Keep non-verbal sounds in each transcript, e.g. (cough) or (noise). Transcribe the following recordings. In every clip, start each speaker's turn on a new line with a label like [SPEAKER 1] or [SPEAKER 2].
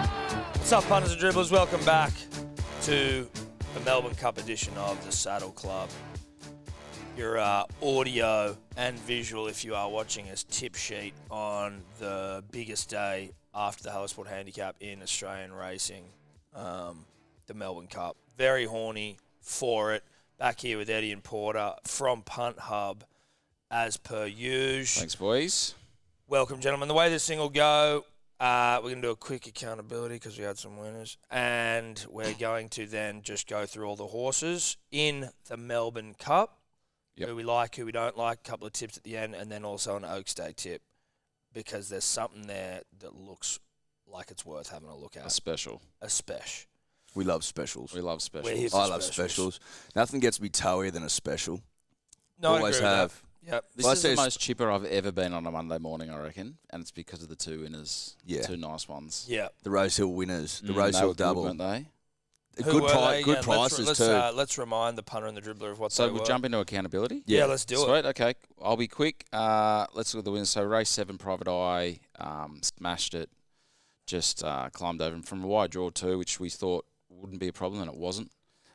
[SPEAKER 1] What's up, punters and dribblers? Welcome back to the Melbourne Cup edition of the Saddle Club. Your uh, audio and visual, if you are watching us, tip sheet on the biggest day after the Halisport Handicap in Australian racing, um, the Melbourne Cup. Very horny for it. Back here with Eddie and Porter from Punt Hub, as per usual.
[SPEAKER 2] Thanks, boys.
[SPEAKER 1] Welcome, gentlemen. The way this thing will go, uh, we're going to do a quick accountability because we had some winners. And we're going to then just go through all the horses in the Melbourne Cup
[SPEAKER 2] Yep.
[SPEAKER 1] who we like, who we don't like, a couple of tips at the end, and then also an Oaks Day tip because there's something there that looks like it's worth having a look
[SPEAKER 2] A
[SPEAKER 1] at,
[SPEAKER 2] special.
[SPEAKER 1] a special.
[SPEAKER 3] We love specials.
[SPEAKER 2] We love special.
[SPEAKER 1] We're here for
[SPEAKER 3] I love
[SPEAKER 1] specials.
[SPEAKER 3] specials. Nothing gets me towier than a special.
[SPEAKER 1] No, I
[SPEAKER 3] Always
[SPEAKER 1] agree with that.
[SPEAKER 3] have.
[SPEAKER 1] Yep.
[SPEAKER 2] This
[SPEAKER 3] Well, I
[SPEAKER 2] is the
[SPEAKER 3] say-
[SPEAKER 2] most cheaper I've ever been on a Monday morning, I reckon, and it's because of the two winners. the
[SPEAKER 3] Yeah.
[SPEAKER 2] two nice ones.
[SPEAKER 1] Yeah,
[SPEAKER 3] The Rosehill winners, the
[SPEAKER 2] Mm,
[SPEAKER 3] Rosehill
[SPEAKER 2] they were good,
[SPEAKER 3] double.
[SPEAKER 2] weren't they?
[SPEAKER 3] Good,
[SPEAKER 1] Who were
[SPEAKER 3] pri-
[SPEAKER 1] they
[SPEAKER 3] good
[SPEAKER 1] again? Let's-
[SPEAKER 3] prices
[SPEAKER 1] let's,
[SPEAKER 3] too.
[SPEAKER 1] Uh, let's remind the punter and the dribbler of what
[SPEAKER 2] So
[SPEAKER 1] they
[SPEAKER 2] we'll
[SPEAKER 1] were.
[SPEAKER 2] jump into accountability.
[SPEAKER 1] yeah.
[SPEAKER 3] Yeah.
[SPEAKER 1] let's do it.
[SPEAKER 2] Sweet. Okay, I'll be quick. Uh, let's look at the winners. So race seven, Private Eye, um, smashed it. Just uh, climbed over from a wide draw too, which we thought wouldn't be a problem, and it wasn't.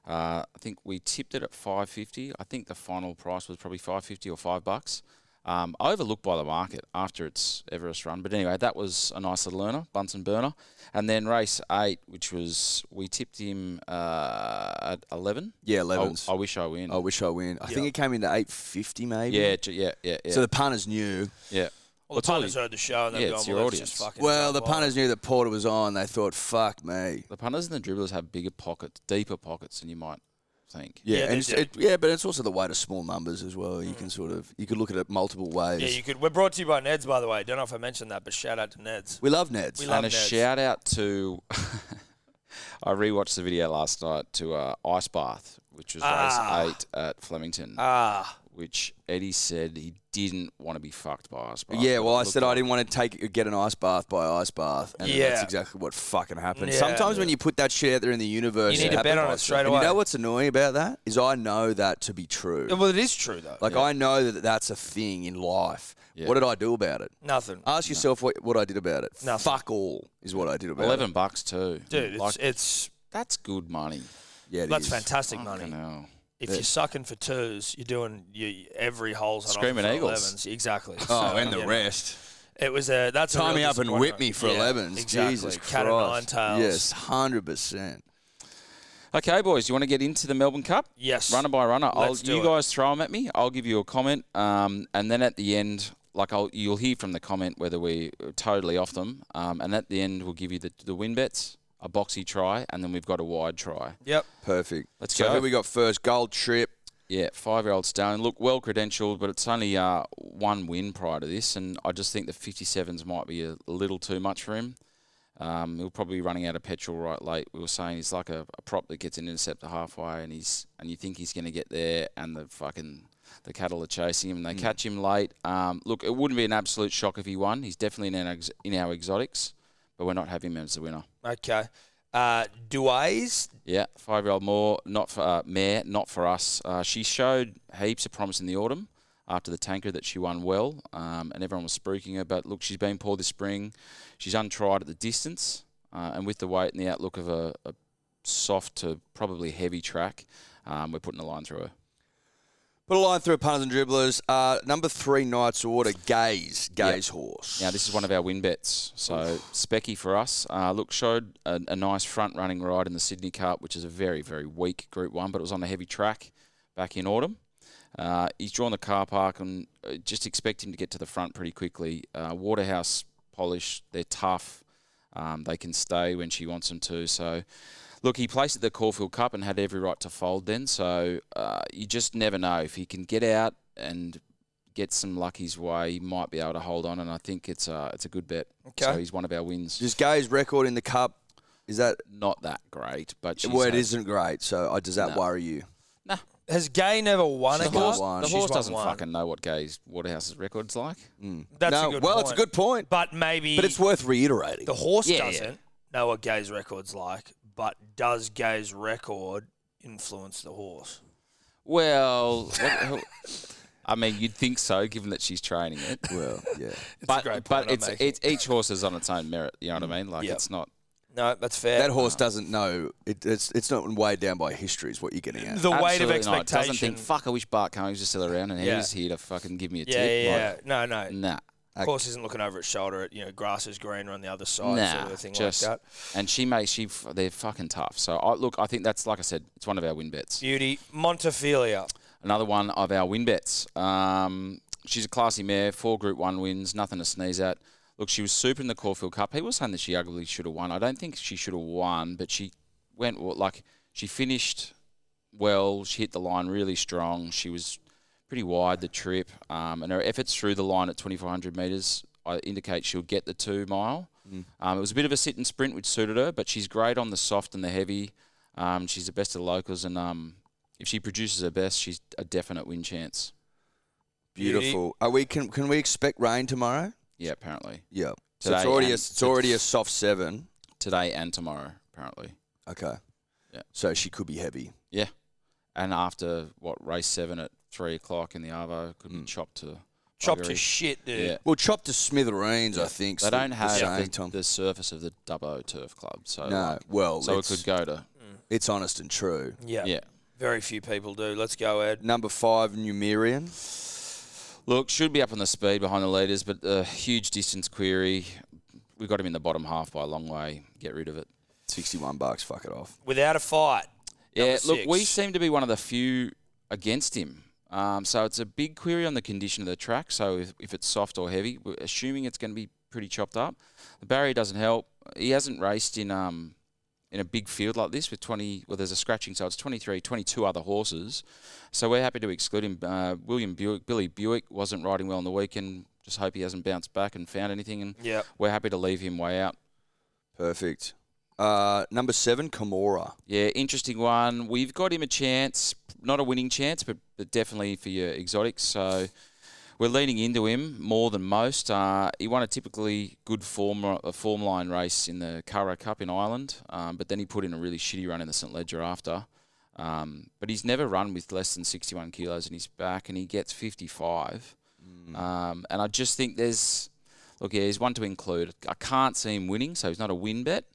[SPEAKER 2] Uh, I think we tipped it at 550. I think the final price was probably 550 or five bucks. Um, overlooked by the market after its Everest run, but anyway, that was a nice little earner, Bunsen burner. And then race eight, which was we tipped him uh, at 11.
[SPEAKER 3] yeah,
[SPEAKER 2] I-
[SPEAKER 3] 11s.
[SPEAKER 2] I, wish I win.
[SPEAKER 3] I wish I win. I
[SPEAKER 1] Yeah.
[SPEAKER 3] think it came into 850 maybe.
[SPEAKER 2] yeah, j- yeah, yeah, yeah.
[SPEAKER 3] So the punters knew.
[SPEAKER 2] yeah.
[SPEAKER 1] Well, the
[SPEAKER 2] Well, Tony-
[SPEAKER 1] punters heard the show and they've
[SPEAKER 2] Yeah,
[SPEAKER 1] gone,
[SPEAKER 2] it's
[SPEAKER 1] well,
[SPEAKER 2] your
[SPEAKER 1] let's just
[SPEAKER 2] audience.
[SPEAKER 1] fucking
[SPEAKER 3] Well, the
[SPEAKER 1] jump on it."
[SPEAKER 3] punters knew that Porter was on. They thought, fuck me.
[SPEAKER 2] The punters and the dribblers have bigger pockets, deeper pockets than you might think.
[SPEAKER 3] Yeah,
[SPEAKER 1] Yeah, they
[SPEAKER 3] and it's,
[SPEAKER 1] did. Mm.
[SPEAKER 3] it, yeah, but it's also the weight of small numbers as well. You can sort of you could look at it multiple ways.
[SPEAKER 1] Yeah, you could. We're brought to you by Ned's, by the way. Don't know if I mentioned that, but shout out to Ned's.
[SPEAKER 3] we love Neds.
[SPEAKER 1] We love
[SPEAKER 2] And a
[SPEAKER 1] Neds.
[SPEAKER 2] shout out to (laughs) I rewatched the video last night to uh, Ice Bath, which was
[SPEAKER 1] Ah.
[SPEAKER 2] race eight at Flemington,
[SPEAKER 1] Ah,
[SPEAKER 2] which Eddie said he didn't want to be fucked by Ice Bath.
[SPEAKER 3] Yeah,
[SPEAKER 2] but
[SPEAKER 3] well,
[SPEAKER 2] it
[SPEAKER 3] I
[SPEAKER 2] looked
[SPEAKER 3] said I
[SPEAKER 2] like-
[SPEAKER 3] didn't want to take get an ice bath by ice bath, and
[SPEAKER 1] Yeah.
[SPEAKER 3] that's exactly what fucking happened.
[SPEAKER 1] Yeah.
[SPEAKER 3] Sometimes when you put that shit out there in the universe,
[SPEAKER 1] You need
[SPEAKER 3] it
[SPEAKER 1] to bet
[SPEAKER 3] happened.
[SPEAKER 1] on it straight
[SPEAKER 3] And
[SPEAKER 1] away.
[SPEAKER 3] You know what's annoying about that is I know that to be true.
[SPEAKER 1] well, it is true though.
[SPEAKER 3] Like I know that that's a thing in life.
[SPEAKER 2] Yeah.
[SPEAKER 3] What did I do about it?
[SPEAKER 1] Nothing,
[SPEAKER 3] Ask yourself what, what I did about it.
[SPEAKER 1] Nothing.
[SPEAKER 3] Fuck all is what I did about it.
[SPEAKER 2] eleven bucks too,
[SPEAKER 1] dude. It's
[SPEAKER 2] Like,
[SPEAKER 1] it's
[SPEAKER 2] that's good money.
[SPEAKER 3] Yeah, it
[SPEAKER 1] that's
[SPEAKER 3] is.
[SPEAKER 1] fantastic
[SPEAKER 2] Fucking
[SPEAKER 1] money.
[SPEAKER 2] hell.
[SPEAKER 1] If you're sucking for twos, you're doing you, every hole's on offer
[SPEAKER 2] Screaming
[SPEAKER 1] for
[SPEAKER 2] Eagles.
[SPEAKER 1] 11s. Exactly.
[SPEAKER 3] Oh,
[SPEAKER 1] So,
[SPEAKER 3] and the
[SPEAKER 1] yeah.
[SPEAKER 3] rest.
[SPEAKER 1] It was a that's a
[SPEAKER 3] Tie
[SPEAKER 1] real
[SPEAKER 3] me up and
[SPEAKER 1] disappointment.
[SPEAKER 3] whip me for
[SPEAKER 1] Yeah,
[SPEAKER 3] 11s.
[SPEAKER 1] Exactly.
[SPEAKER 3] Jesus
[SPEAKER 1] Cat
[SPEAKER 3] Christ.
[SPEAKER 1] and nine tails.
[SPEAKER 3] Yes, hundred percent.
[SPEAKER 2] Okay, boys, you want to get into the Melbourne Cup?
[SPEAKER 1] Yes.
[SPEAKER 2] runner by runner. I'll,
[SPEAKER 1] Let's do
[SPEAKER 2] you
[SPEAKER 1] it.
[SPEAKER 2] guys throw them at me. I'll give you a comment, um, and then at the end, like I'll, you'll hear from the comment whether we're totally off them. Um, and at the end, we'll give you the, the win bets, a boxy try, and then we've got a wide try.
[SPEAKER 1] Yep.
[SPEAKER 3] Perfect.
[SPEAKER 2] Let's
[SPEAKER 3] so
[SPEAKER 2] go.
[SPEAKER 3] who we got first? Gold trip.
[SPEAKER 2] Yeah, five-year-old Stone. Look, well credentialed, but it's only uh, one win prior to this, and I just think the 57s might be a little too much for him. Um, he'll probably be running out of petrol right late. We were saying he's like a, a prop that gets an interceptor halfway, and he's and you think he's going to get there, and the fucking the cattle are chasing him, and they catch him late. Um, look, it wouldn't be an absolute shock if he won. He's definitely in our, ex- in our exotics, but we're not having him as the winner.
[SPEAKER 1] Okay. Uh, Duays.
[SPEAKER 2] Yeah, five year old Moore, not for uh, Mare, not for us. Uh, she showed heaps of promise in the autumn after the tanker that she won well, um, and everyone was spruiking her. But look, she's been poor this spring. She's untried at the distance, uh, and with the weight and the outlook of a, a soft to probably heavy track, um, we're putting a line through her.
[SPEAKER 3] Put a line through punters and dribblers. Uh, number three, Knights Order, Gaze, Gaze Horse.
[SPEAKER 2] Now, this is one of our win bets. So, Specky for us, uh, look, showed a, a nice front running ride in the Sydney Cup, which is a very, very weak Group 1, but it was on a heavy track back in autumn. Uh, he's drawn the car park and uh, just expect him to get to the front pretty quickly. Uh, Waterhouse polish, they're tough. Um, they can stay when she wants them to. So, look, he placed at the Caulfield Cup and had every right to fold then. So, uh, you just never know. If he can get out and get some lucky's way, he might be able to hold on. And I think it's a, it's a good bet.
[SPEAKER 1] Okay.
[SPEAKER 2] So, he's one of our wins.
[SPEAKER 3] Just Gaze record in the cup. Is that
[SPEAKER 2] Not that great, but she's
[SPEAKER 3] well? It
[SPEAKER 2] had-
[SPEAKER 3] isn't great. So I, does that
[SPEAKER 2] No.
[SPEAKER 3] worry you?
[SPEAKER 1] Has Gay never won
[SPEAKER 3] She's
[SPEAKER 1] a
[SPEAKER 2] The
[SPEAKER 1] cup?
[SPEAKER 3] won
[SPEAKER 2] horse,
[SPEAKER 3] one.
[SPEAKER 2] the
[SPEAKER 1] She's
[SPEAKER 2] horse
[SPEAKER 1] won
[SPEAKER 2] doesn't
[SPEAKER 1] one.
[SPEAKER 2] fucking know what Gay's Waterhouse's record's like.
[SPEAKER 1] That's
[SPEAKER 3] no.
[SPEAKER 1] a good
[SPEAKER 3] well,
[SPEAKER 1] point.
[SPEAKER 3] it's a good point,
[SPEAKER 1] But maybe.
[SPEAKER 3] but it's worth reiterating.
[SPEAKER 1] The horse
[SPEAKER 2] Yeah, yeah.
[SPEAKER 1] doesn't know what Gay's record's like, but does Gay's record influence the horse?
[SPEAKER 2] Well, what the hell- (laughs) I mean, you'd think so, given that she's training it.
[SPEAKER 3] well, yeah.
[SPEAKER 2] but
[SPEAKER 1] great point
[SPEAKER 2] but
[SPEAKER 1] I'm
[SPEAKER 2] it's,
[SPEAKER 1] making.
[SPEAKER 2] it's each horse is on its own merit. You know what I mean? Like
[SPEAKER 1] Yep.
[SPEAKER 2] it's not
[SPEAKER 1] No, that's fair.
[SPEAKER 3] That horse doesn't know. It, it's it's not weighed down by history. Is what you're getting at.
[SPEAKER 1] the weight of
[SPEAKER 2] Absolutely not.
[SPEAKER 1] expectation.
[SPEAKER 2] Doesn't think, fuck, I wish Bart Cummings was still around and
[SPEAKER 1] Yeah.
[SPEAKER 2] he's here to fucking give me a
[SPEAKER 1] yeah,
[SPEAKER 2] tip.
[SPEAKER 1] yeah,
[SPEAKER 2] Like,
[SPEAKER 1] yeah. No, no.
[SPEAKER 2] Nah.
[SPEAKER 1] Horse isn't looking over its shoulder at you know grass is greener on the other side,
[SPEAKER 2] Nah,
[SPEAKER 1] sort of thing
[SPEAKER 2] just
[SPEAKER 1] like that.
[SPEAKER 2] and she makes she f- they're fucking tough. So I look, I think that's like I said, it's one of our win bets.
[SPEAKER 1] Beauty Montefilia.
[SPEAKER 2] Another one of our win bets. Um, she's a classy mare, four Group One wins, nothing to sneeze at. Look, she was super in the Caulfield Cup. People were saying that she arguably should have won. I don't think she should have won, but she went well, like she finished well. She hit the line really strong. She was pretty wide the trip, um, and her efforts through the line at 2,400 metres uh, indicate she'll get the two mile. Um, it was a bit of a sit and sprint, which suited her, but she's great on the soft and the heavy. Um, she's the best of the locals, and um, if she produces her best, she's a definite win chance.
[SPEAKER 3] Beautiful. Are we can can we expect rain tomorrow?
[SPEAKER 2] Yeah, apparently
[SPEAKER 3] Yeah. So it's
[SPEAKER 2] Today
[SPEAKER 3] already a,
[SPEAKER 2] and-
[SPEAKER 3] it's already a soft seven.
[SPEAKER 2] today and tomorrow, apparently.
[SPEAKER 3] Okay.
[SPEAKER 2] Yeah.
[SPEAKER 3] So she could be heavy.
[SPEAKER 2] Yeah, and after what race seven at three o'clock in the Arvo could
[SPEAKER 3] Hmm.
[SPEAKER 2] be chopped to
[SPEAKER 1] Chopped to
[SPEAKER 2] buggery.
[SPEAKER 1] shit, dude.
[SPEAKER 2] yeah.
[SPEAKER 3] Well, chopped to smithereens, I think.
[SPEAKER 2] They don't have
[SPEAKER 3] same,
[SPEAKER 2] the,
[SPEAKER 3] Tom.
[SPEAKER 2] the surface of the Dubbo Turf Club, so
[SPEAKER 3] no.
[SPEAKER 2] like-
[SPEAKER 3] Well,
[SPEAKER 2] Uh, so it
[SPEAKER 3] it's,
[SPEAKER 2] could go to
[SPEAKER 3] it's honest and true.
[SPEAKER 1] Yeah.
[SPEAKER 2] yeah.
[SPEAKER 1] Very few people do. Let's go, Ed.
[SPEAKER 3] Number five, Numerian.
[SPEAKER 2] Look, should be up on the speed behind the leaders, but a huge distance query. We got him in the bottom half by a long way. Get rid of it.
[SPEAKER 3] Sixty-one bucks. Fuck it off.
[SPEAKER 1] Without a fight.
[SPEAKER 2] Yeah,
[SPEAKER 1] Number
[SPEAKER 2] look, we
[SPEAKER 1] six.
[SPEAKER 2] seem to be one of the few against him. Um, so it's a big query on the condition of the track. So if, if it's soft or heavy, we're assuming it's going to be pretty chopped up. The barrier doesn't help. He hasn't raced in um, in a big field like this with 20. Well, there's a scratching, so it's 23, 22 other horses. So we're happy to exclude him. Uh, William Buick, Billy Buick wasn't riding well on the weekend. Just hope he hasn't bounced back and found anything. And
[SPEAKER 1] Yeah.
[SPEAKER 2] we're happy to leave him way out.
[SPEAKER 3] Perfect. Uh, number seven, Kimura.
[SPEAKER 2] Yeah, interesting one. We've got him a chance, not a winning chance, but, but definitely for your exotics. So we're leaning into him more than most. Uh, he won a typically good form a form line race in the Curra Cup in Ireland, um, but then he put in a really shitty run in the St Ledger after. Um, but he's never run with less than 61 kilos in his back, and he gets 55. Um, and I just think there's, look, yeah, he's one to include. I can't see him winning, so he's not a win bet.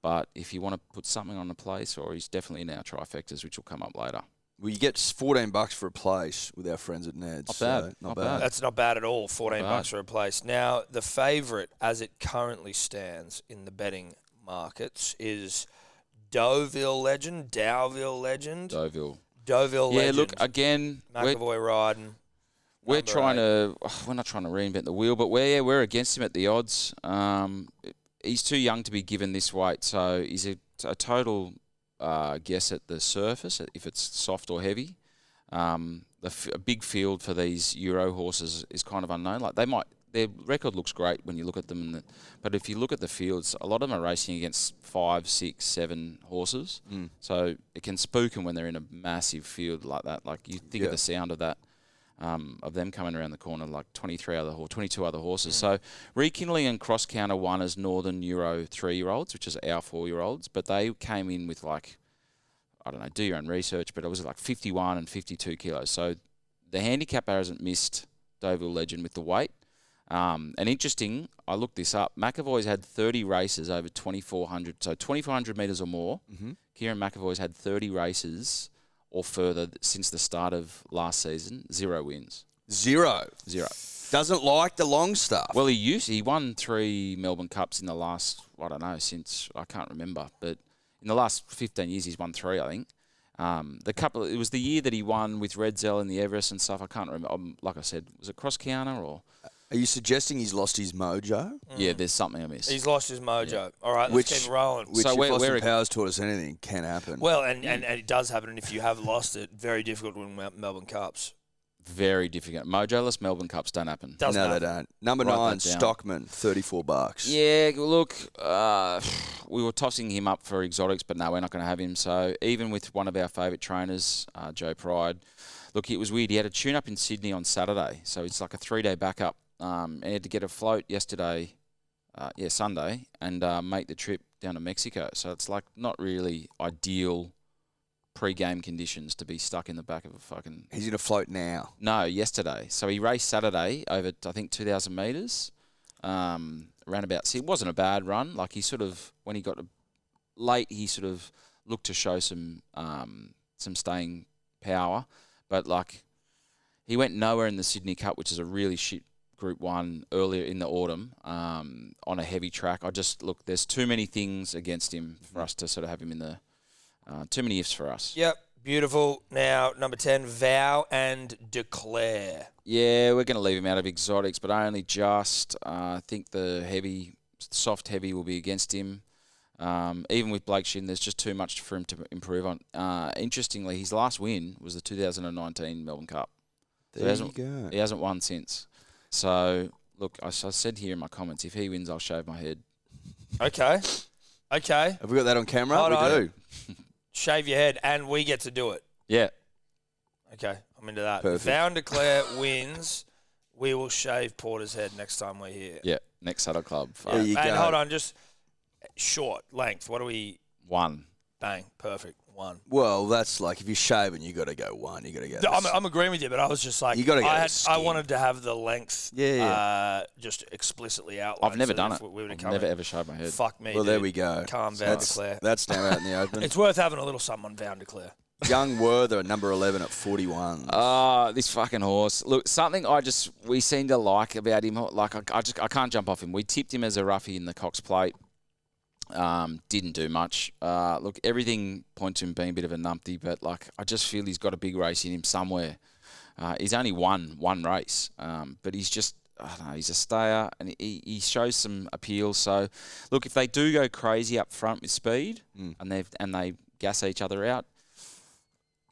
[SPEAKER 2] But if you want to put something on the place, or he's definitely in our trifectas, which will come up later.
[SPEAKER 3] Well, you get 14 bucks for a place with our friends at Ned's.
[SPEAKER 2] Not bad,
[SPEAKER 3] so
[SPEAKER 2] not
[SPEAKER 3] not,
[SPEAKER 2] bad.
[SPEAKER 3] bad.
[SPEAKER 1] That's not bad at all. 14
[SPEAKER 2] Not
[SPEAKER 1] bucks
[SPEAKER 2] bad.
[SPEAKER 1] for a place. Now, the favourite as it currently stands in the betting markets is Deauville Legend, Dowville Legend,
[SPEAKER 2] Deauville.
[SPEAKER 1] Deauville
[SPEAKER 2] Yeah,
[SPEAKER 1] Legend.
[SPEAKER 2] look again. We're,
[SPEAKER 1] McAvoy riding.
[SPEAKER 2] we're
[SPEAKER 1] number
[SPEAKER 2] trying to. (sighs) oh, we're not trying to reinvent the wheel, but we're yeah, we're against him at the odds. Um, he's too young to be given this weight, so he's a, a total uh, guess at the surface if it's soft or heavy. Um, the f- a big field for these Euro horses is kind of unknown. Like they might, their record looks great when you look at them, and the, but if you look at the fields, a lot of them are racing against five, six, seven horses. Mm. So it can spook them when they're in a massive field like that. Like you think
[SPEAKER 3] Yeah.
[SPEAKER 2] of the sound of that. Um, of them coming around the corner, like 23 other or 22 other horses. So rekindling and cross counter one as Northern Euro three-year-olds, which is our four-year-olds, but they came in with like I don't know, do your own research, but it was like 51 and 52 kilos. So the handicap hasn't missed Deauville Legend with the weight. Um, and interesting, I looked this up. McAvoy's had 30 races over 2,400, so 2,400 metres or more. Kieran McAvoy's had 30 races or further th- since the start of last season, zero wins,
[SPEAKER 3] Zero.
[SPEAKER 2] zero.
[SPEAKER 3] Doesn't like the long stuff.
[SPEAKER 2] Well, he used he won three Melbourne Cups in the last I don't know since I can't remember, but in the last fifteen years he's won three, I think. Um, the couple it was the year that he won with Red Zell in the Everest and stuff. I can't remember. Um, like I said, was it cross counter or
[SPEAKER 3] Are you suggesting he's lost his mojo?
[SPEAKER 2] yeah? There's something I missed.
[SPEAKER 1] He's lost his mojo. All right, let's
[SPEAKER 3] Which-
[SPEAKER 1] keep rolling.
[SPEAKER 3] Which,
[SPEAKER 2] So
[SPEAKER 3] if
[SPEAKER 2] we're-
[SPEAKER 3] Austin
[SPEAKER 2] we're a-
[SPEAKER 3] Powers taught us anything, can happen.
[SPEAKER 1] Well, and, and, and it does happen. And if you have lost it, very difficult to win Mel- Melbourne Cups.
[SPEAKER 2] Very difficult. Mojoless Melbourne Cups don't happen.
[SPEAKER 1] Does
[SPEAKER 3] no,
[SPEAKER 1] not.
[SPEAKER 3] they don't. Number
[SPEAKER 2] Write that
[SPEAKER 3] nine,
[SPEAKER 2] down.
[SPEAKER 3] Stockman, 34 bucks.
[SPEAKER 2] Yeah, look, uh, (sighs) we were tossing him up for exotics, but no, we're not going to have him. So even with one of our favourite trainers, uh, Joe Pride, look, it was weird. He had a tune up in Sydney on Saturday, so it's like a three day backup. Um, and he had to get a float yesterday, uh, yeah, Sunday, and uh, make the trip down to Mexico. So it's like not really ideal pre-game conditions to be stuck in the back of a fucking
[SPEAKER 3] He's going to float now.
[SPEAKER 2] no, yesterday. So he raced Saturday over, I think, 2,000 metres. um, roundabouts. It wasn't a bad run. Like he sort of when he got late, he sort of looked to show some um, some staying power, but like he went nowhere in the Sydney Cup, which is a really shit Group One earlier in the autumn um, on a heavy track. I just look, there's too many things against him for us to sort of have him in the uh, too many ifs for us.
[SPEAKER 1] Yep, beautiful. Now, number 10, vow and declare.
[SPEAKER 2] Yeah, we're going to leave him out of exotics, but only just. Uh, I think the heavy, soft heavy will be against him. Um, even with Blake Shin, there's just too much for him to improve on. Uh, interestingly, his last win was the 2019 Melbourne Cup. So he,
[SPEAKER 3] There you
[SPEAKER 2] hasn't,
[SPEAKER 3] go.
[SPEAKER 2] he hasn't won since. So, look, I, s- I said here in my comments, if he wins, I'll shave my head.
[SPEAKER 1] Okay. Okay.
[SPEAKER 3] Have we got that on camera?
[SPEAKER 1] Hold
[SPEAKER 3] we
[SPEAKER 1] on.
[SPEAKER 3] do.
[SPEAKER 1] Shave your head, and we get to do it.
[SPEAKER 2] Yeah,
[SPEAKER 1] Okay, I'm into that.
[SPEAKER 3] Perfect.
[SPEAKER 1] Vow and declare (laughs) wins. We will shave Porter's head next time we're here.
[SPEAKER 2] yeah. Next saddle club, uh,
[SPEAKER 3] There you
[SPEAKER 1] and
[SPEAKER 3] go.
[SPEAKER 1] hold on, just short length. What do we
[SPEAKER 2] one.
[SPEAKER 1] bang? Perfect one.
[SPEAKER 3] Well, that's like if you're shaving, you got to go one. You got to go.
[SPEAKER 1] No, I'm,
[SPEAKER 3] this.
[SPEAKER 1] I'm agreeing with you, but I was just like,
[SPEAKER 3] You gotta go
[SPEAKER 1] I,
[SPEAKER 3] to
[SPEAKER 1] had,
[SPEAKER 3] the
[SPEAKER 1] I
[SPEAKER 3] skin.
[SPEAKER 1] wanted to have the length,
[SPEAKER 3] Yeah, yeah.
[SPEAKER 1] Uh, just explicitly outlined.
[SPEAKER 2] I've never
[SPEAKER 1] so
[SPEAKER 2] done
[SPEAKER 1] if
[SPEAKER 2] it.
[SPEAKER 1] We, we would've
[SPEAKER 2] I've
[SPEAKER 1] come
[SPEAKER 2] never
[SPEAKER 1] in-
[SPEAKER 2] ever shaved my head.
[SPEAKER 1] Fuck me.
[SPEAKER 3] well, there
[SPEAKER 1] dude.
[SPEAKER 3] we go.
[SPEAKER 1] Calm down,
[SPEAKER 3] That's,
[SPEAKER 1] Claire.
[SPEAKER 3] that's now out in the
[SPEAKER 1] (laughs)
[SPEAKER 3] open.
[SPEAKER 1] It's worth having a little something on Vow and declare.
[SPEAKER 3] Uh-huh. Young Werther at number 11 at 41.
[SPEAKER 2] Ah, this fucking horse. Look, something I just we seem to like about him. Like I, I just I can't jump off him. We tipped him as a roughie in the Cox Plate. Um, didn't do much. Uh, look, everything points to him being a bit of a numpty, but like I just feel he's got a big race in him somewhere. Uh, he's only won one race, um, but he's just I don't know. He's a stayer, and he, he shows some appeal. So, look, if they do go crazy up front with speed, and they and they gas each other out,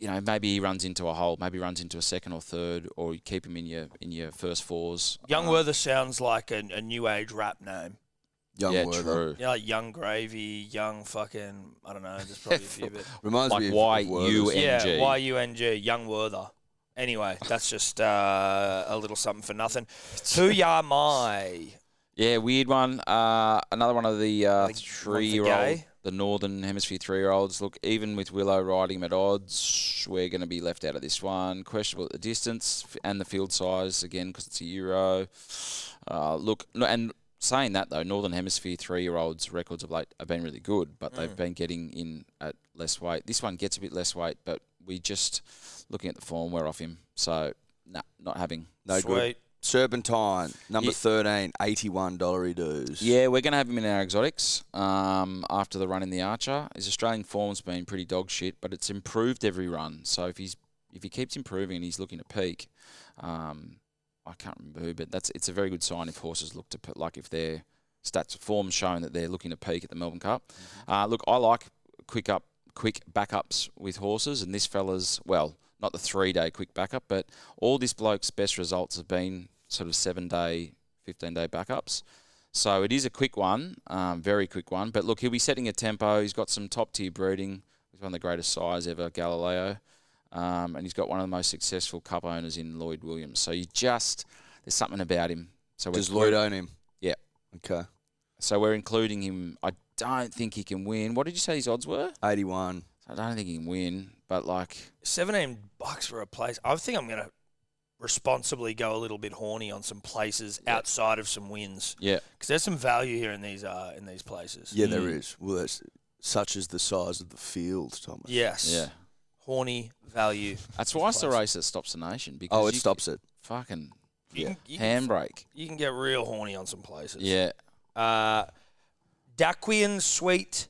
[SPEAKER 2] you know, maybe he runs into a hole, maybe he runs into a second or third, or you keep him in your in your first fours. Uh,
[SPEAKER 1] Young Werther sounds like a, a new age rap name.
[SPEAKER 3] Young
[SPEAKER 2] yeah,
[SPEAKER 3] Werther.
[SPEAKER 2] true.
[SPEAKER 1] You know, like Young Gravy, Young fucking, I don't know, there's probably a few, but.
[SPEAKER 3] Reminds
[SPEAKER 2] Like
[SPEAKER 3] me of,
[SPEAKER 2] Y
[SPEAKER 3] of Werther's.
[SPEAKER 2] U N.
[SPEAKER 1] Yeah,
[SPEAKER 2] NG.
[SPEAKER 1] Y U N G, Young Werther. Anyway, that's just uh, a little something for nothing. Tuya Mai.
[SPEAKER 2] Yeah, weird one. Uh, another one of the uh,
[SPEAKER 1] Like,
[SPEAKER 2] three
[SPEAKER 1] one
[SPEAKER 2] year
[SPEAKER 1] for
[SPEAKER 2] old,
[SPEAKER 1] gay?
[SPEAKER 2] the Northern Hemisphere three year olds. Look, even with Willow riding him at odds, we're going to be left out of this one. Questionable at the distance f- and the field size again because it's a Euro. Uh, look, no, and saying that though, Northern Hemisphere three year olds' records of late have been really good, but
[SPEAKER 1] Mm.
[SPEAKER 2] they've been getting in at less weight. This one gets a bit less weight, but we just looking at the form, we're off him. So, nah, not having.
[SPEAKER 3] No good.
[SPEAKER 1] Sweet.
[SPEAKER 3] Serpentine, number
[SPEAKER 2] Ye-
[SPEAKER 3] 13, $81 dues.
[SPEAKER 2] Yeah, we're going to have him in our exotics um, after the run in the Archer. His Australian form's been pretty dog shit, but it's improved every run. So if he's if he keeps improving and he's looking to peak, um, I can't remember who, but that's it's a very good sign if horses look to put like if their stats form showing that they're looking to peak at the Melbourne Cup. Uh, look, I like quick up quick backups with horses, and this fella's well not the three day quick backup, but all this bloke's best results have been sort of seven day, fifteen day backups. So it is a quick one, um, very quick one. But look, he'll be setting a tempo. He's got some top tier breeding. He's one of the greatest sires ever, Galileo, um, and he's got one of the most successful cup owners in Lloyd Williams. So you just there's something about him. So we're-
[SPEAKER 3] Does Lloyd uh, own him?
[SPEAKER 2] Yeah.
[SPEAKER 3] Okay.
[SPEAKER 2] So we're including him. I don't think he can win. What did you say his odds were?
[SPEAKER 3] 81.
[SPEAKER 2] I don't think he can win. But like,
[SPEAKER 1] 17 bucks for a place. I think I'm going to responsibly go a little bit horny on some places outside of some wins
[SPEAKER 2] yeah,
[SPEAKER 1] because there's some value here in these uh, in these places.
[SPEAKER 3] Yeah, there
[SPEAKER 2] Mm.
[SPEAKER 3] is. Well, that's such is the size of the field, Thomas.
[SPEAKER 1] Yes.
[SPEAKER 2] yeah.
[SPEAKER 1] Horny value.
[SPEAKER 2] That's why it's the race that stops the nation. Because
[SPEAKER 3] Oh, it
[SPEAKER 2] you-
[SPEAKER 3] stops it.
[SPEAKER 2] Fucking
[SPEAKER 1] You,
[SPEAKER 3] Yeah.
[SPEAKER 1] can, you, can,
[SPEAKER 2] handbrake.
[SPEAKER 1] you can get real horny on some places.
[SPEAKER 2] Yeah,
[SPEAKER 1] Uh, Daquian Sweet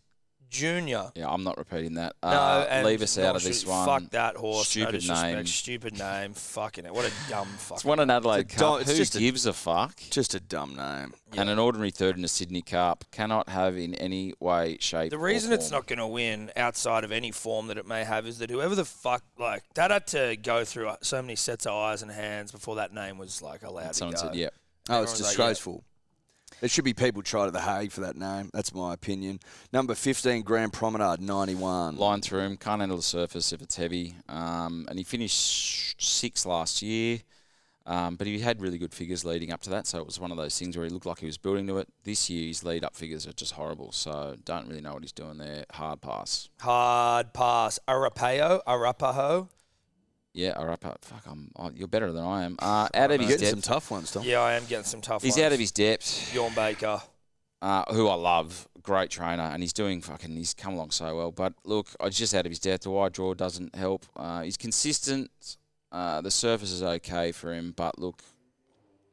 [SPEAKER 1] Junior.
[SPEAKER 2] yeah. I'm not repeating that.
[SPEAKER 1] No,
[SPEAKER 2] Uh,
[SPEAKER 1] and
[SPEAKER 2] leave us
[SPEAKER 1] nor
[SPEAKER 2] out of
[SPEAKER 1] should-
[SPEAKER 2] this one.
[SPEAKER 1] Fuck that horse. no
[SPEAKER 2] Stupid
[SPEAKER 1] disrespect,
[SPEAKER 2] name.
[SPEAKER 1] Stupid name. Fucking it. What a dumb fuck.
[SPEAKER 2] (laughs) It's one in Adelaide
[SPEAKER 3] It's a dom-
[SPEAKER 2] Cup.
[SPEAKER 3] it's
[SPEAKER 2] Who
[SPEAKER 3] just a-
[SPEAKER 2] gives a, fuck?
[SPEAKER 3] Just a dumb name.
[SPEAKER 2] And an ordinary third in a Sydney Cup cannot have in any way, shape.
[SPEAKER 1] The
[SPEAKER 2] or
[SPEAKER 1] reason it's
[SPEAKER 2] form.
[SPEAKER 1] not going to win outside of any form that it may have is that whoever the fuck like that had to go through so many sets of eyes and hands before that name was like allowed to
[SPEAKER 2] Someone
[SPEAKER 1] go.
[SPEAKER 2] said, yeah.
[SPEAKER 3] Oh,
[SPEAKER 1] Everyone's
[SPEAKER 3] it's
[SPEAKER 1] like,
[SPEAKER 3] disgraceful. There should be people tried at the Hague for that name. That's my opinion. Number 15, Grand Promenade, 91.
[SPEAKER 2] Line through him, can't handle the surface if it's heavy. Um, and he finished sixth last year, um, but he had really good figures leading up to that. So it was one of those things where he looked like he was building to it. This year, his lead up figures are just horrible. So don't really know what he's doing there. Hard pass.
[SPEAKER 1] Hard pass. Arapaho. Arapaho.
[SPEAKER 2] Yeah, are up. up. Fuck, I'm, oh, you're better than I am. Uh, out of
[SPEAKER 3] You're
[SPEAKER 2] his
[SPEAKER 3] getting some
[SPEAKER 2] depth.
[SPEAKER 3] tough ones, Tom.
[SPEAKER 1] Yeah, I am getting some tough
[SPEAKER 2] He's
[SPEAKER 1] ones.
[SPEAKER 2] out of his depth.
[SPEAKER 1] Bjorn Baker.
[SPEAKER 2] uh, who I love, great trainer, and he's doing fucking, he's come along so well. But look, I just out of his depth. The wide draw doesn't help. Uh, he's consistent. Uh, the surface is okay for him, but look,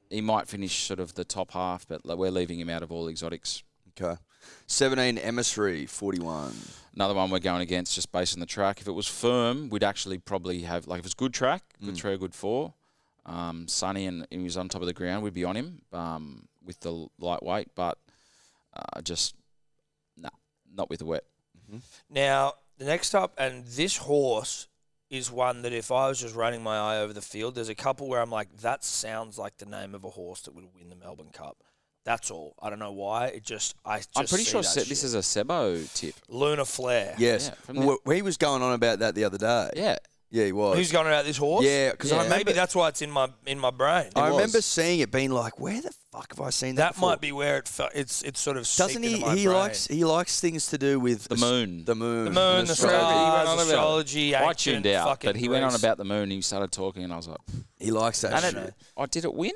[SPEAKER 2] he might finish sort of the top half, but we're leaving him out of all exotics.
[SPEAKER 3] Okay. 17 Emissary, 41.
[SPEAKER 2] Another one we're going against just based on the track. If it was firm, we'd actually probably have, like, if it's good track, good three, good four, um, sunny and he was on top of the ground, we'd be on him um, with the l- lightweight, but uh, just, nah, not with the wet.
[SPEAKER 1] Now, the next up, and this horse is one that if I was just running my eye over the field, there's a couple where I'm like, that sounds like the name of a horse that would win the Melbourne Cup. That's all. I don't know why. It just, I just
[SPEAKER 2] I'm pretty
[SPEAKER 1] see
[SPEAKER 2] sure
[SPEAKER 1] that
[SPEAKER 2] Se- this
[SPEAKER 1] shit.
[SPEAKER 2] is a Sebo tip.
[SPEAKER 1] Luna Flair.
[SPEAKER 3] Yes.
[SPEAKER 2] Yeah, from
[SPEAKER 3] Well, he was going on about that the other day.
[SPEAKER 2] Yeah.
[SPEAKER 3] Yeah, he was.
[SPEAKER 1] Who's going about this horse?
[SPEAKER 3] yeah, because I
[SPEAKER 2] Yeah.
[SPEAKER 3] remember,
[SPEAKER 1] Maybe that's why it's in my in my brain.
[SPEAKER 2] was.
[SPEAKER 3] I remember seeing it being like, where the fuck have I seen that?
[SPEAKER 1] that might
[SPEAKER 3] before?
[SPEAKER 1] be where it fe- it's it's sort of
[SPEAKER 3] Doesn't
[SPEAKER 1] seeped
[SPEAKER 3] he?
[SPEAKER 1] into my
[SPEAKER 3] He
[SPEAKER 1] brain.
[SPEAKER 3] likes he likes things to do with
[SPEAKER 2] The moon.
[SPEAKER 3] The moon.
[SPEAKER 1] the moon,
[SPEAKER 2] And
[SPEAKER 1] the
[SPEAKER 2] astrology. He went on
[SPEAKER 1] stars,
[SPEAKER 2] about it.
[SPEAKER 1] astrology.
[SPEAKER 2] I
[SPEAKER 1] ancient
[SPEAKER 2] tuned out,
[SPEAKER 1] fucking
[SPEAKER 2] but he went on
[SPEAKER 1] Greece.
[SPEAKER 2] about the moon. He started talking, and I was like,
[SPEAKER 3] He likes that
[SPEAKER 2] and
[SPEAKER 3] shit.
[SPEAKER 2] it, oh, did it win?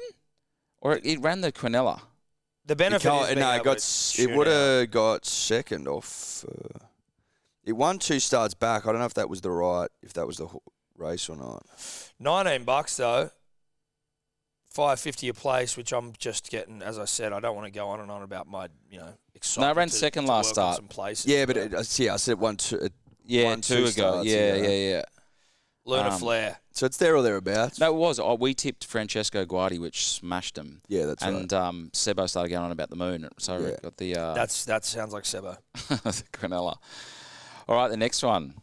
[SPEAKER 2] Or it, it ran the Quinella.
[SPEAKER 1] the
[SPEAKER 3] It
[SPEAKER 1] benefit.
[SPEAKER 3] can't-
[SPEAKER 1] is being
[SPEAKER 3] no, it
[SPEAKER 1] able
[SPEAKER 3] got
[SPEAKER 1] to
[SPEAKER 3] s-
[SPEAKER 1] tune
[SPEAKER 3] it
[SPEAKER 1] out.
[SPEAKER 3] would have got second off. Uh, it won two starts back. I don't know if that was the right, if that was the ho- race or not.
[SPEAKER 1] 19 bucks though. 550 a place, which I'm just getting, as I said, I don't want to go on and on about my, you know, excitement.
[SPEAKER 2] ran
[SPEAKER 1] to-
[SPEAKER 2] second
[SPEAKER 1] to
[SPEAKER 2] last
[SPEAKER 1] work on
[SPEAKER 2] start.
[SPEAKER 1] Some places,
[SPEAKER 3] Yeah, but it, uh, I see, I said it won two. It,
[SPEAKER 2] Yeah,
[SPEAKER 3] One,
[SPEAKER 2] two,
[SPEAKER 3] two
[SPEAKER 2] ago.
[SPEAKER 3] starts
[SPEAKER 2] yeah,
[SPEAKER 3] ago.
[SPEAKER 2] yeah, yeah.
[SPEAKER 1] Luna
[SPEAKER 2] um,
[SPEAKER 1] Flair.
[SPEAKER 3] so it's there or thereabouts.
[SPEAKER 2] No, it was. Oh, we tipped Francesco Guardi, which smashed him.
[SPEAKER 3] Yeah, that's right.
[SPEAKER 2] and um, Sebo started going on about the moon, so
[SPEAKER 3] Yeah.
[SPEAKER 2] it got the uh,
[SPEAKER 1] That's that sounds like Sebo.
[SPEAKER 2] (laughs) the Quinella. All right, the next one.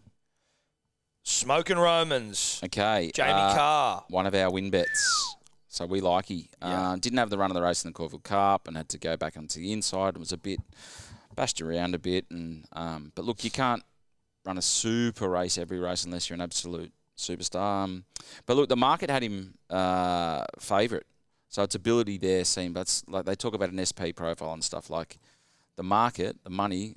[SPEAKER 1] Smoking Romans.
[SPEAKER 2] Okay,
[SPEAKER 1] Jamie
[SPEAKER 2] uh,
[SPEAKER 1] Carr.
[SPEAKER 2] one of our win bets. So we like he.
[SPEAKER 1] Yeah.
[SPEAKER 2] Uh, didn't have the run of the race in the Corville Cup and had to go back onto the inside. It was a bit bashed around a bit. and um, But look, you can't run a super race every race unless you're an absolute superstar. Um, but look, the market had him uh, favourite. So its ability there seemed, that's like they talk about an SP profile and stuff like the market, the money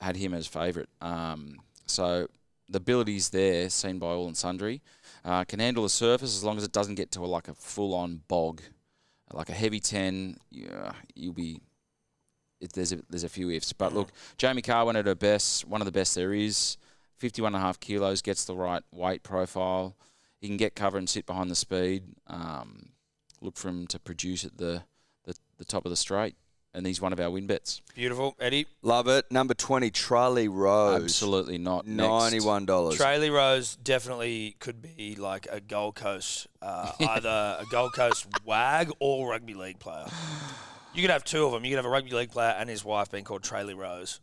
[SPEAKER 2] had him as favourite. Um, so the abilities there seen by all and sundry. Uh, can handle the surface as long as it doesn't get to a, like a full on bog, like a heavy ten. Yeah, you'll be. It, there's a, there's a few ifs, but look, Jamie Carr went at her best, one of the best there is. 51 and a half kilos gets the right weight profile. He can get cover and sit behind the speed. Um, look for him to produce at the, the the top of the straight, and he's one of our win bets.
[SPEAKER 1] Beautiful. Eddie.
[SPEAKER 3] Love it. Number twenty, Charlie Rose.
[SPEAKER 2] Absolutely not. Next.
[SPEAKER 3] Ninety-one dollars.
[SPEAKER 1] Tralee Rose definitely could be like a Gold Coast,
[SPEAKER 2] (laughs)
[SPEAKER 1] uh, either a Gold Coast wag or rugby league player. You could have two of them. You could have a rugby league player and his wife being called Tralee Rose.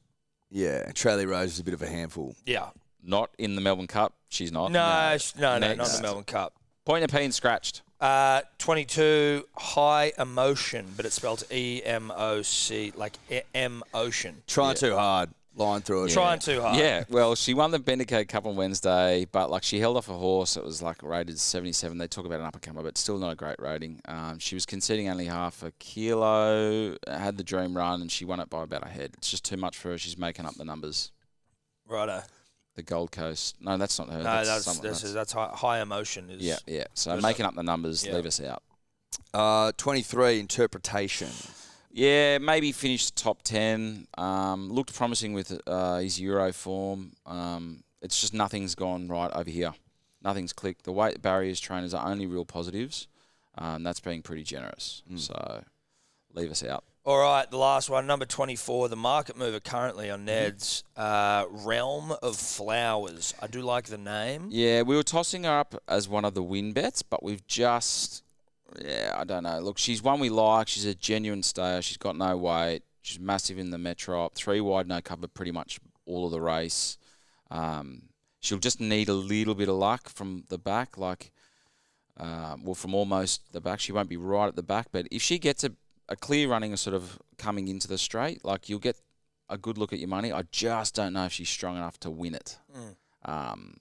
[SPEAKER 3] yeah, Charlie Rose is a bit of a handful.
[SPEAKER 1] Yeah.
[SPEAKER 2] Not in the Melbourne Cup. She's not.
[SPEAKER 1] No, sh- no, no, not in
[SPEAKER 2] Next.
[SPEAKER 1] the Melbourne Cup.
[SPEAKER 2] Point of pain scratched.
[SPEAKER 1] Uh, 22, high emotion, but it's spelled E M O C, like E- M ocean.
[SPEAKER 3] Trying too hard, lying through it.
[SPEAKER 1] Trying too hard.
[SPEAKER 2] Yeah, well, she won the Bendigo Cup on Wednesday, but like she held off a horse that was like rated 77. They talk about an up and comer, but still not a great rating. Um, she was conceding only half a kilo, had the dream run, and she won it by about a head. It's just too much for her. She's making up the numbers.
[SPEAKER 1] Righto.
[SPEAKER 2] The Gold Coast. No, that's not her.
[SPEAKER 1] No,
[SPEAKER 2] that's,
[SPEAKER 1] that's, that's, that's,
[SPEAKER 2] someone else.
[SPEAKER 1] high, high emotion. Is,
[SPEAKER 2] Yeah, yeah. So
[SPEAKER 1] That's-
[SPEAKER 2] making up the numbers,
[SPEAKER 1] yeah.
[SPEAKER 2] leave us out.
[SPEAKER 3] Uh, Twenty-three, interpretation.
[SPEAKER 2] Yeah, maybe finished top ten. Um, looked promising with uh, his Euro form. Um, it's just nothing's gone right over here. Nothing's clicked. The weight barriers trainers are only real positives. Um, that's being pretty generous. So leave us out.
[SPEAKER 1] All right, the last one, number 24, the market mover currently
[SPEAKER 2] Mm-hmm.
[SPEAKER 1] on Ned's uh, Realm of Flowers. I do like the name.
[SPEAKER 2] Yeah, we were tossing her up as one of the win bets, but we've just, yeah, I don't know. Look, she's one we like. She's a genuine stayer. She's got no weight. She's massive in the metro up. Three wide, no cover, pretty much all of the race. Um, she'll just need a little bit of luck from the back, like, um, well, from almost the back. She won't be right at the back, but if she gets a, a clear running, sort of coming into the straight, like, you'll get a good look at your money. I just don't know if she's strong enough to win it. Um,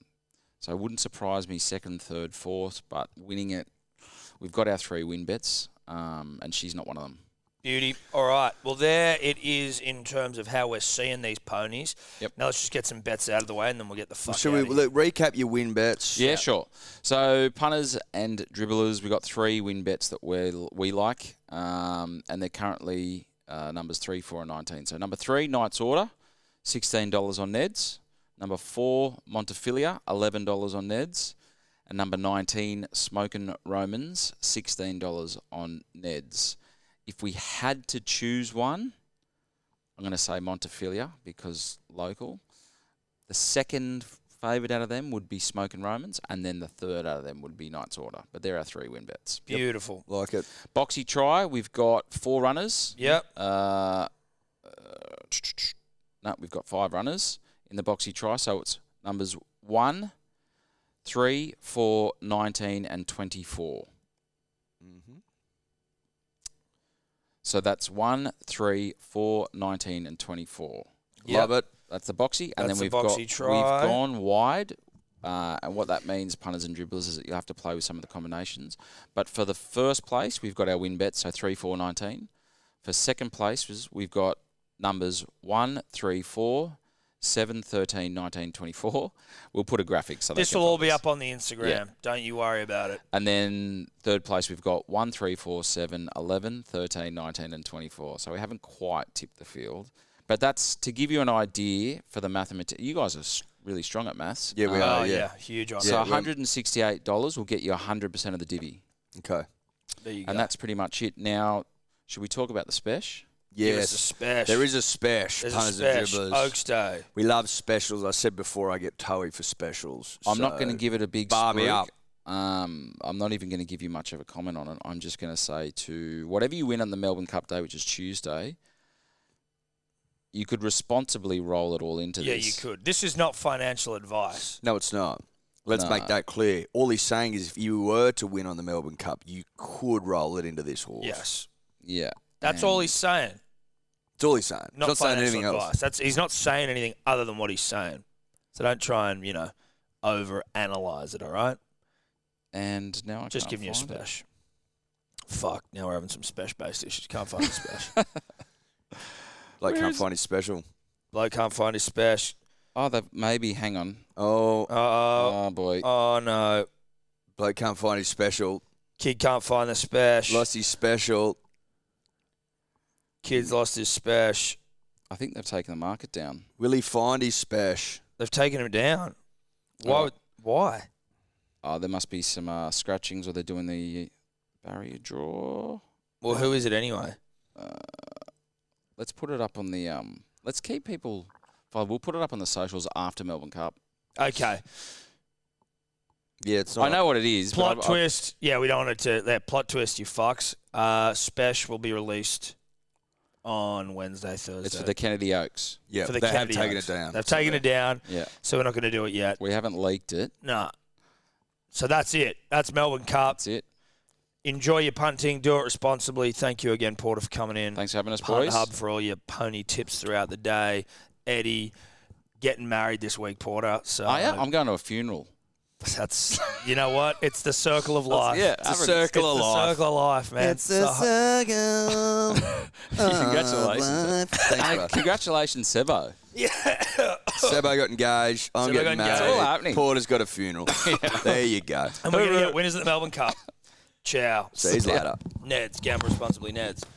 [SPEAKER 2] so it wouldn't surprise me second, third, fourth, but winning it, we've got our three win bets, um, and she's not one of them.
[SPEAKER 1] Beauty. All right. Well, there it is in terms of how we're seeing these ponies.
[SPEAKER 2] Yep.
[SPEAKER 1] Now let's just get some bets out of the way, and then we'll get the fuck
[SPEAKER 3] Should
[SPEAKER 1] out
[SPEAKER 3] we
[SPEAKER 1] of here.
[SPEAKER 3] look, recap your win bets?
[SPEAKER 2] Yeah, sure. So punters and dribblers, we got three win bets that we we like, um, and they're currently uh, numbers three, four, and nineteen. So number three, Knights Order, sixteen dollars on Neds. Number four, Montefilia, eleven dollars on Neds, and number nineteen, Smokin' Romans, sixteen dollars on Neds. If we had to choose one, I'm going to say Montefilia because local. The second favourite out of them would be Smoke and Romans, and then the third out of them would be Knights Order. But there are three win bets.
[SPEAKER 1] Beautiful.
[SPEAKER 3] Like it.
[SPEAKER 2] Boxy try, we've got four runners.
[SPEAKER 1] Yep.
[SPEAKER 2] Uh, uh, no, we've got five runners in the boxy try. So it's numbers one, three, four, 19, and 24.
[SPEAKER 3] Mm-hmm.
[SPEAKER 2] So that's one, three, four, 19, and 24.
[SPEAKER 1] Yep.
[SPEAKER 3] Love it.
[SPEAKER 2] That's the boxy, and then
[SPEAKER 1] That's the
[SPEAKER 2] we've
[SPEAKER 1] boxy
[SPEAKER 2] got
[SPEAKER 1] try.
[SPEAKER 2] we've gone wide, uh, and what that means, punters and dribblers, is that you have to play with some of the combinations. But for the first place, we've got our win bets, so three, four, nineteen. For second place, was- we've got numbers one, three, four, seven, thirteen, nineteen, twenty-four. We'll put a graphic. So they
[SPEAKER 1] This
[SPEAKER 2] can
[SPEAKER 1] will all
[SPEAKER 2] find
[SPEAKER 1] be
[SPEAKER 2] us.
[SPEAKER 1] up on the Instagram. Don't you worry about it.
[SPEAKER 2] And then third place, we've got 1, 3, 4, 7, 11, 13, 19, and 24. So we haven't quite tipped the field. But that's to give you an idea for the mathematics. You guys are s- really strong at maths.
[SPEAKER 3] Yeah, we
[SPEAKER 2] Uh,
[SPEAKER 1] Oh
[SPEAKER 3] are.
[SPEAKER 1] yeah,
[SPEAKER 3] Yeah.
[SPEAKER 1] huge on
[SPEAKER 2] So
[SPEAKER 1] that.
[SPEAKER 2] $168 will get you 100% of the divvy.
[SPEAKER 3] Okay.
[SPEAKER 1] There you go.
[SPEAKER 2] And that's pretty much it. Now, should we talk about the special?
[SPEAKER 1] Give us a
[SPEAKER 3] Yes.
[SPEAKER 1] special.
[SPEAKER 3] There is a special.
[SPEAKER 1] There's
[SPEAKER 3] punters
[SPEAKER 1] a special.
[SPEAKER 3] and dribblers.
[SPEAKER 1] Oaks Day.
[SPEAKER 3] We love specials. I said before, I get toey for specials.
[SPEAKER 2] I'm not
[SPEAKER 3] so-
[SPEAKER 2] going to give it a big
[SPEAKER 3] bar me
[SPEAKER 2] spruik.
[SPEAKER 3] up.
[SPEAKER 2] Um, I'm not even going to give you much of a comment on it. I'm just going to say to whatever you win on the Melbourne Cup day, which is Tuesday, you could responsibly roll it all into
[SPEAKER 1] Yeah,
[SPEAKER 2] this.
[SPEAKER 1] you could. This is not financial advice.
[SPEAKER 3] No, it's not. Let's
[SPEAKER 2] No.
[SPEAKER 3] make that clear. All he's saying is if you were to win on the Melbourne Cup, you could roll it into this horse.
[SPEAKER 1] Yes.
[SPEAKER 2] Yeah.
[SPEAKER 1] That's
[SPEAKER 2] And
[SPEAKER 1] all he's saying.
[SPEAKER 3] That's all he's saying. He's
[SPEAKER 1] Not,
[SPEAKER 3] not saying
[SPEAKER 1] financial
[SPEAKER 3] anything
[SPEAKER 1] advice.
[SPEAKER 3] else.
[SPEAKER 1] That's he's not saying anything other than what he's saying. So don't try and you know over analyze it. All right.
[SPEAKER 2] And now I
[SPEAKER 1] Just
[SPEAKER 2] can't
[SPEAKER 1] giving you a
[SPEAKER 2] find it.
[SPEAKER 1] special. Fuck. Now we're having some special based issues. Can't find his special. (laughs)
[SPEAKER 3] Like,
[SPEAKER 2] Where
[SPEAKER 3] can't
[SPEAKER 2] is-
[SPEAKER 3] find his special.
[SPEAKER 1] Bloke can't find his special.
[SPEAKER 2] Oh, they've, maybe. Hang on.
[SPEAKER 3] Oh,
[SPEAKER 1] Oh,
[SPEAKER 2] Oh, boy.
[SPEAKER 1] oh no.
[SPEAKER 3] bloke can't find his special.
[SPEAKER 1] Kid can't find the special.
[SPEAKER 3] Lost his special.
[SPEAKER 1] Kid's lost his special.
[SPEAKER 2] I think they've taken the market down.
[SPEAKER 3] Will he find his special?
[SPEAKER 1] They've taken him down. Why?
[SPEAKER 2] Oh.
[SPEAKER 1] would Why?
[SPEAKER 2] Oh, there must be some uh, scratchings or they're doing the barrier draw.
[SPEAKER 1] Well, who is it anyway?
[SPEAKER 2] Uh, let's put it up on the. Um, let's keep people. Well, we'll put it up on the socials after Melbourne Cup.
[SPEAKER 1] Okay.
[SPEAKER 3] Yeah, it's not.
[SPEAKER 2] I know what it is.
[SPEAKER 1] Plot
[SPEAKER 2] but I- I-
[SPEAKER 1] twist. yeah, we don't want it to. That plot twist, you fucks. Uh, Spesh will be released on Wednesday, Thursday.
[SPEAKER 2] It's for the Kennedy Oaks.
[SPEAKER 3] Yeah,
[SPEAKER 1] for the
[SPEAKER 3] they have
[SPEAKER 1] Kennedy
[SPEAKER 3] taken
[SPEAKER 1] Oaks.
[SPEAKER 3] it down.
[SPEAKER 1] They've taken it down,
[SPEAKER 2] Yeah.
[SPEAKER 1] so we're not going to do it yet.
[SPEAKER 2] We haven't leaked it.
[SPEAKER 1] Nah. So that's it. That's Melbourne Cup.
[SPEAKER 2] That's it.
[SPEAKER 1] Enjoy your punting. Do it responsibly. Thank you again, Porter, for coming in.
[SPEAKER 2] Thanks for having us,
[SPEAKER 1] Punt
[SPEAKER 2] boys.
[SPEAKER 1] Mm. Hub for all your pony tips throughout the day. Eddie getting married this week, Porter. So
[SPEAKER 2] Oh, yeah, I'm going to a funeral.
[SPEAKER 1] (laughs) that's you know what? It's the circle of life.
[SPEAKER 2] yeah,
[SPEAKER 1] it's
[SPEAKER 2] Averill.
[SPEAKER 1] circle of life. Circle of life, man. So-
[SPEAKER 3] circle. (laughs)
[SPEAKER 2] Congratulations.
[SPEAKER 3] Thanks,
[SPEAKER 2] (laughs) Hey,
[SPEAKER 3] bro.
[SPEAKER 2] congratulations, Sebo.
[SPEAKER 3] Sebo got engaged. I'm
[SPEAKER 1] Sebo got
[SPEAKER 3] getting
[SPEAKER 1] engaged. It's
[SPEAKER 3] married.
[SPEAKER 1] all
[SPEAKER 2] happening.
[SPEAKER 3] Porter's got a funeral.
[SPEAKER 1] (laughs)
[SPEAKER 3] There you go.
[SPEAKER 1] and we're going to get winners at the Melbourne Cup. Ciao.
[SPEAKER 3] See you later.
[SPEAKER 1] Neds. Gamble responsibly, Neds.